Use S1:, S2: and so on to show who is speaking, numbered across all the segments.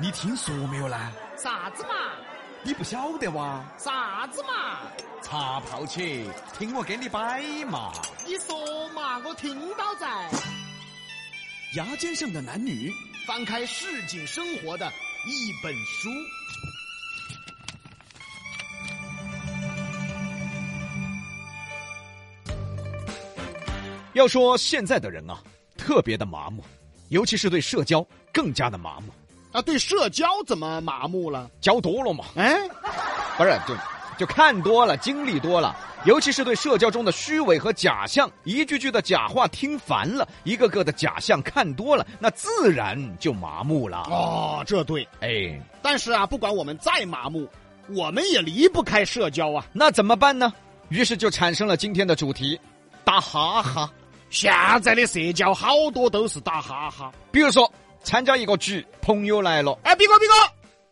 S1: 你听说没有呢？
S2: 啥子嘛？
S1: 你不晓得哇？
S2: 啥子嘛？
S1: 茶泡起，听我给你摆嘛。
S2: 你说嘛，我听到在。
S3: 牙尖上的男女，
S2: 翻开市井生活的一本书，
S3: 要说现在的人啊，特别的麻木，尤其是对社交更加的麻木，
S2: 啊，对社交怎么麻木了？
S3: 交多了嘛，
S2: 哎，
S3: 不是就就看多了，经历多了，尤其是对社交中的虚伪和假象，一句句的假话听烦了，一个个的假象看多了，那自然就麻木了。
S2: 哦，这对。
S3: 哎，
S2: 但是啊，不管我们再麻木，我们也离不开社交啊。
S3: 那怎么办呢？于是就产生了今天的主题，打哈哈。
S2: 现在的社交好多都是打哈哈。
S3: 比如说参加一个局，朋友来了，
S2: 哎，毕哥，毕哥，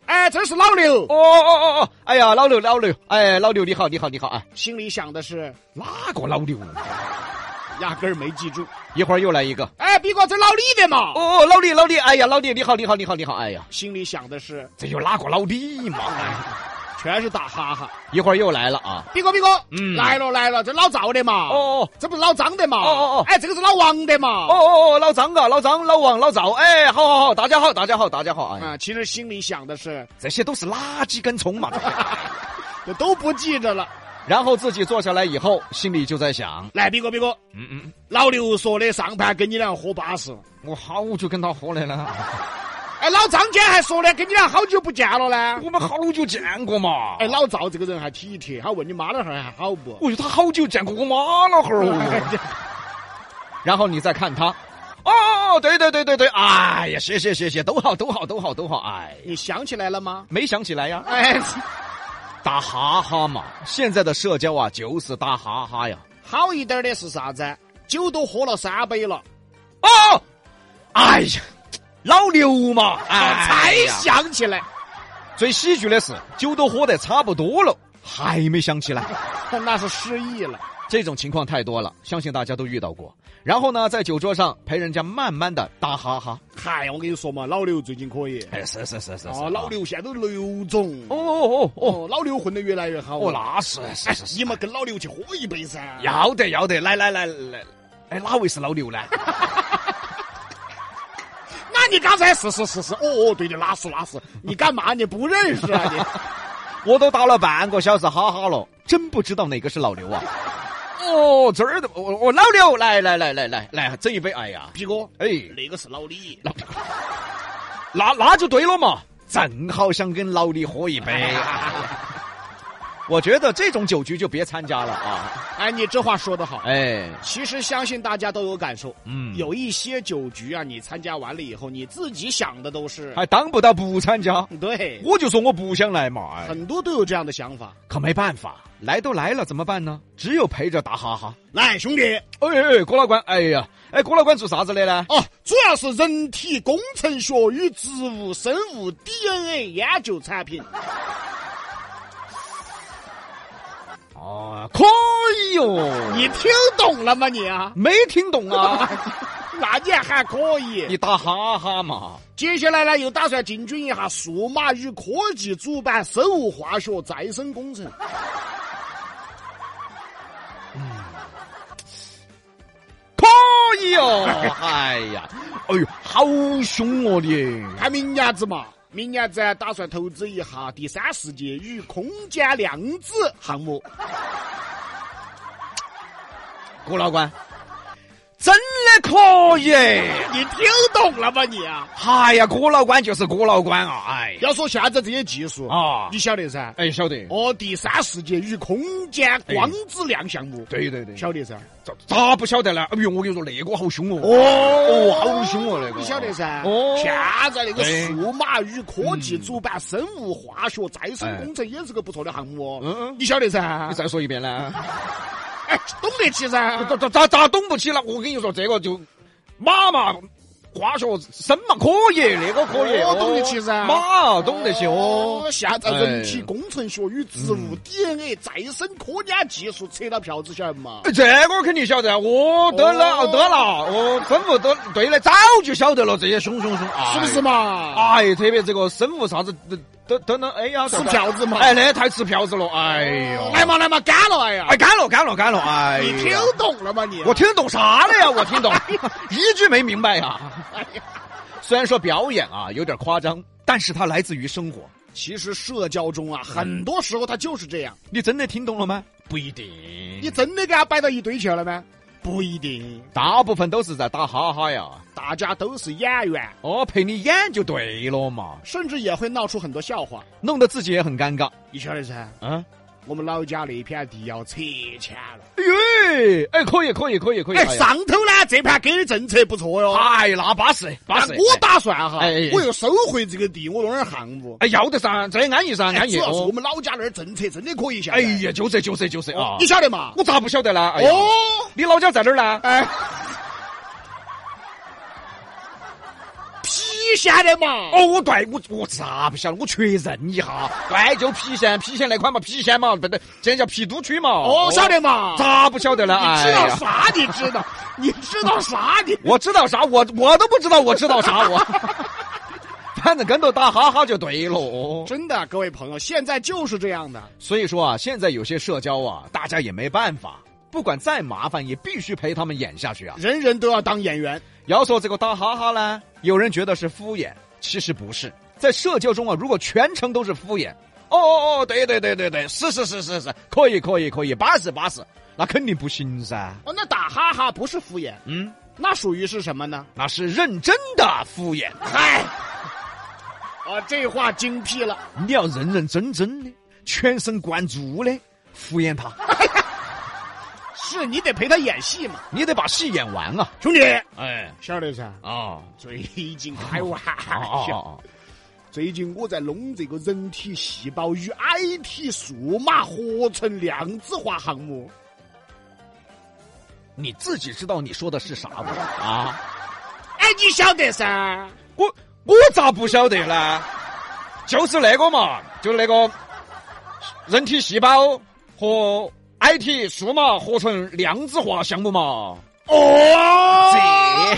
S2: 哎，这是老刘。
S3: 哦哦哦哦，哎呀，老刘老刘，哎，老刘你好你好你好啊，
S2: 心里想的是，
S3: 哪个老刘？
S2: 压根儿没记住。
S3: 一会儿又来一个，
S2: 哎，毕哥，这老李的嘛。
S3: 哦哦，老李老李，哎呀，老李你好你好你好你好，哎呀，
S2: 心里想的是，
S3: 这有哪个老李嘛？
S2: 全是打哈哈。
S3: 一会儿又来了啊，
S2: 毕哥，毕哥，
S3: 嗯
S2: 来了来了，这老赵的嘛。
S3: 哦哦
S2: 这不是老张的嘛？
S3: 哦哦哦
S2: 哎，这个是老王的嘛？
S3: 哦哦哦，老张啊，老张老王老赵，哎，好好好，大家好大家好大家好，哎呀，
S2: 啊，其实心里想的是，
S3: 这些都是垃圾跟葱嘛。
S2: 这都不记着了。
S3: 然后自己坐下来以后，心里就在想，
S2: 来，毕哥，毕哥，
S3: 嗯嗯，
S2: 老刘说的上盘跟你俩喝巴适了。
S3: 我好久跟他喝来了，
S2: 哎，老张今天还说呢，跟你俩好久不见了呢。
S3: 我们好久见过嘛。
S2: 哎，老赵这个人还体贴，他问你妈老汉儿还好不？
S3: 我说他好久见过我妈老汉儿哦。然后你再看他，哦哦哦，对对对对对，哎呀，谢谢谢谢，都好都好都好都好，哎，
S2: 你想起来了吗？
S3: 没想起来呀，
S2: 哎，
S3: 打哈哈嘛，现在的社交啊就是打哈哈呀。
S2: 好一点的是啥子？酒都喝了三杯了，
S3: 哦，哎呀，老刘嘛，哎
S2: 才
S3: 呀，
S2: 想起来，
S3: 最喜剧的是酒都喝得差不多了，还没想起来。
S2: 那是失忆了。
S3: 这种情况太多了，相信大家都遇到过。然后呢，在酒桌上陪人家慢慢的打哈哈。
S2: 嗨，我跟你说嘛，老刘最近可以。
S3: 哎，是是是是
S2: 啊，老刘现在都刘总。
S3: 哦哦哦哦
S2: 哦，老刘混得越来越好。哎
S3: 哦，哎那是是是
S2: 你
S3: 是，
S2: 们跟老刘去喝一杯噻。
S3: 要得要得，来来来来，哎，哪位是老刘呢？
S2: 那你刚才是是是是，哦哦，对的，拉屎拉屎，你干嘛？你不认识啊 你？
S3: 我都打了半个小时哈哈了，真不知道哪个是老刘啊。哦，这儿的，我、哦、我、老刘，来来来来来来，整一杯，哎呀，
S2: 毕哥，
S3: 哎，
S2: 那个是老李。
S3: 老，那那就对了嘛，正好想跟老李喝一杯。
S2: 哎
S3: 我觉得这种酒局就别参加了啊！
S2: 哎，你这话说得好。
S3: 哎，
S2: 其实相信大家都有感受，
S3: 嗯
S2: 有一些酒局啊，你参加完了以后，你自己想的都是，
S3: 还当哎不到不参加，
S2: 对，
S3: 我就说我不想来嘛。哎，
S2: 很多都有这样的想法。
S3: 可没办法，来都来了怎么办呢？只有陪着打哈哈。
S2: 来，兄弟，
S3: 哎哎，郭老倌，哎呀，哎，郭老倌做啥子的呢？
S2: 哦，主要是人体工程学与植物生物 DNA 研究产品。
S3: 哦，可以哦，
S2: 你听懂了吗？你啊，
S3: 没听懂啊？
S2: 那你还可以。
S3: 你打哈哈嘛？
S2: 接下来呢，又打算进军一下数码与科技主板生物化学再生工程。
S3: 可以哦。哎呀，哎呦，好凶哦你！
S2: 看明年子嘛，明年子啊打算投资一下第三世界与空间量子项目。
S3: 郭老倌，真的可以。
S2: 你听懂了吗？你啊，
S3: 哎呀，郭老倌就是郭老倌啊！哎呀，
S2: 要说现在这些技术啊，
S3: 啊
S2: 你，晓得噻？
S3: 哎，晓得。
S2: 哦，第三世界与空间光质量项目，
S3: 对对对，
S2: 晓得噻？
S3: 咋咋不晓得呢？哎呦，我跟你说，那个好凶哦！
S2: 哦
S3: 哦，好凶哦，那个。
S2: 你晓得噻？
S3: 哦，哎
S2: 现在那个
S3: 对
S2: 数码与科技主办生物化学再生工程也是个不错的项目哦。
S3: 嗯嗯
S2: 你晓得噻
S3: 你？再说一遍 呢？
S2: 哎，懂得起噻。
S3: 咋咋咋咋懂不起了？我跟你说，这个就妈嘛，
S2: 化学
S3: 什么可以？那个可以，
S2: 哦懂得
S3: 哦
S2: 起噻
S3: 妈懂得起哦。
S2: 现在人体
S3: 哎
S2: 工程学与植物 DNA 再生科研技术扯到票子钱嘛？
S3: 这个我肯定晓得，我得了
S2: 哦
S3: 得了，我吩咐得对了，早就晓得了这些凶凶凶，哎
S2: 是不是？嘛？
S3: 哎，特别这个生物啥子都都都能，哎呀，
S2: 吃票子嘛
S3: 哎，那太吃票子了，哎呦，
S2: 来嘛来嘛，干了哎呀！
S3: 哎，干了干了干了，哎呀，
S2: 你听哎懂了吗你？
S3: 我听懂啥了呀？我听懂，一句没明白呀。虽然说表演啊有点夸张，但是它来自于生活。
S2: 其实社交中
S3: 嗯
S2: 啊，很多时候他就是这样。
S3: 你真的听懂了吗？不一定，
S2: 你真的给他摆到一堆去了吗？不一定，
S3: 大部分都是在打哈哈呀。
S2: 大家都是演员，
S3: 哦，陪你演就对了嘛，
S2: 甚至也会闹出很多笑话。
S3: 弄得自己也很尴尬。
S2: 你晓得噻，
S3: 啊，
S2: 我们老家那片地要拆迁了。
S3: 耶，哎，可以，可以，可以，可以。
S2: 哎，
S3: 呀
S2: 上头呢这盘给的政策不错哟。
S3: 哎，那巴适，巴
S2: 那
S3: 适。
S2: 我打算哈，
S3: 哎哎哎
S2: 我又收回这个地，我弄点项目。
S3: 哎，要得噻，这安逸噻，
S2: 哎，
S3: 安逸。
S2: 主要是我
S3: 哦
S2: 们老家那儿政策真的可以下。哦
S3: 哎，呀，就这，就这，就这啊！
S2: 你晓得嘛？
S3: 我咋不晓得呢？哎呀，哦
S2: 哦，
S3: 你老家在哪儿呢？
S2: 哎，郫县的嘛。
S3: 哦，我对我我咋不晓得？我确认一下，对，哎就郫县，郫县那块嘛，郫县嘛，不对，现在叫郫都区嘛。
S2: 哦，晓得嘛？
S3: 咋不晓得呢？
S2: 你
S3: 哎
S2: 知道
S3: 呀，
S2: 啥？你知道？你知道啥？你
S3: 我知道啥，我我都不知道，我知道啥，我 反正跟着打哈哈就对了。哦
S2: 真的，啊各位朋友，现在就是这样的。
S3: 所以说啊，现在有些社交啊，大家也没办法。不管再麻烦，也必须陪他们演下去啊！
S2: 人人都要当演员。
S3: 要说这个打哈哈呢，有人觉得是敷衍，其实不是。在社交中啊，如果全程都是敷衍，哦哦哦，对对对对对，是是是是是，可以可以可以，巴适巴适，那肯定不行噻。
S2: 哦，那打哈哈不是敷衍，
S3: 嗯，
S2: 那属于是什么呢？
S3: 那是认真的敷衍，
S2: 嗨，啊，这话精辟了。
S3: 你要认认真真的，全神贯注的敷衍他，
S2: 是你得陪他演戏嘛，
S3: 你得把戏演完啊！
S2: 兄弟。
S3: 哎，
S2: 晓得噻，
S3: 哦，
S2: 最近开玩
S3: 哦哦
S2: 笑，
S3: 哦，
S2: 最近我在弄这个人体细胞与 IT 数码合成量子化项目。
S3: 你自己知道你说的是啥不啊？
S2: 哎，你晓得噻？
S3: 我我咋不晓得呢？就是那个嘛，就是那个人体细胞和 IT 数码合成量子化项目嘛。
S2: 哦，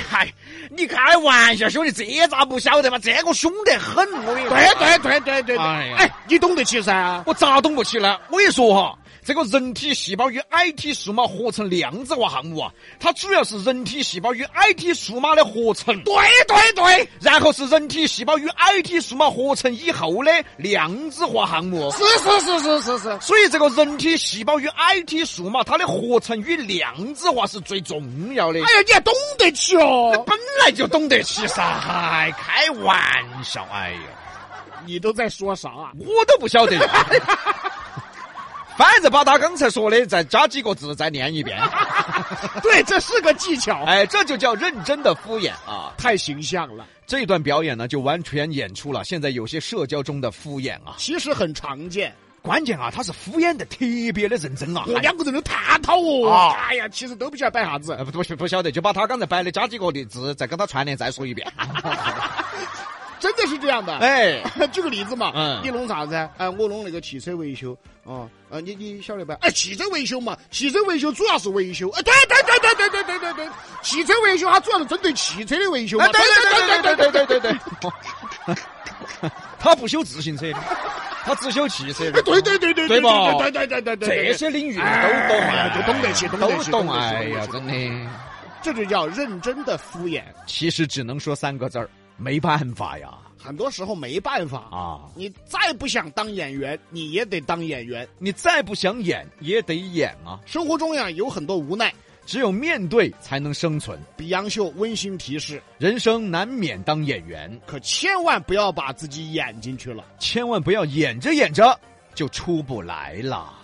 S3: 嗨，你开玩笑，兄弟，这咋不晓得嘛？这个凶得很，我跟你啊
S2: 对对对对对对，
S3: 哎呀
S2: 哎，你懂得起噻？
S3: 我咋懂不起呢？我跟你说哈，这个人体细胞与 IT 数码合成量子化项目啊，它主要是人体细胞与 IT 数码的合成。
S2: 对对对，
S3: 然后是人体细胞与 IT 数码合成以后的量子化项目。
S2: 是是是是是是，
S3: 所以，这个人体细胞与 IT 数码，它的合成与量子化是最重要的。
S2: 哎呀，你还懂得起哦？
S3: 本来就懂得起噻，还开玩笑，哎呀，
S2: 你都在说啥啊？
S3: 我都不晓得。反正把他刚才说的再加几个字，再念 一遍。
S2: 对，这是个技巧，
S3: 哎，这就叫认真的敷衍啊！
S2: 太形象了。
S3: 这段表演呢，就完全演出了现在有些社交中的敷衍啊。
S2: 其实很常见，
S3: 关键啊，他是敷衍的特别的认真啊。
S2: 我两个人都探讨哦。
S3: 啊
S2: 哎呀，其实都不晓得摆啥子
S3: 呃，。不不不晓得，就把他刚才摆的加几个例子，再跟他串联再说一 遍。
S2: 哎真的是这样的。
S3: 哎，
S2: 举个例子嘛，
S3: 嗯
S2: 你弄啥子？哎，我弄那个汽车维修，哦，呃，你你晓得吧？哎，汽车维修嘛，汽车维修主要是维修，哎，对对对对对对对对对，汽车维修它主要是针对汽车的维修嘛，
S3: 对对
S2: 哎
S3: 对对对对对对他不修自行车的，他只修汽车的。
S2: 哎对对对对
S3: 对吧
S2: 对对对对对对，
S3: 这些领域都懂
S2: 哎
S3: 啊，
S2: 就懂得起懂
S3: 都
S2: 得起
S3: 懂。
S2: 懂得起
S3: 哎呀，真
S2: 懂
S3: 的，
S2: 这就叫认真的敷衍，
S3: 其实只能说三个字儿，没办法呀
S2: 很多时候没办法。
S3: 啊！
S2: 你再不想当演员，你也得当演员。
S3: 你再不想演也得演啊，
S2: 生活中呀，有很多无奈。
S3: 只有面对才能生存。
S2: 比洋秀温馨提示：
S3: 人生难免当演员，
S2: 可千万不要把自己演进去了。
S3: 千万不要演着演着就出不来了。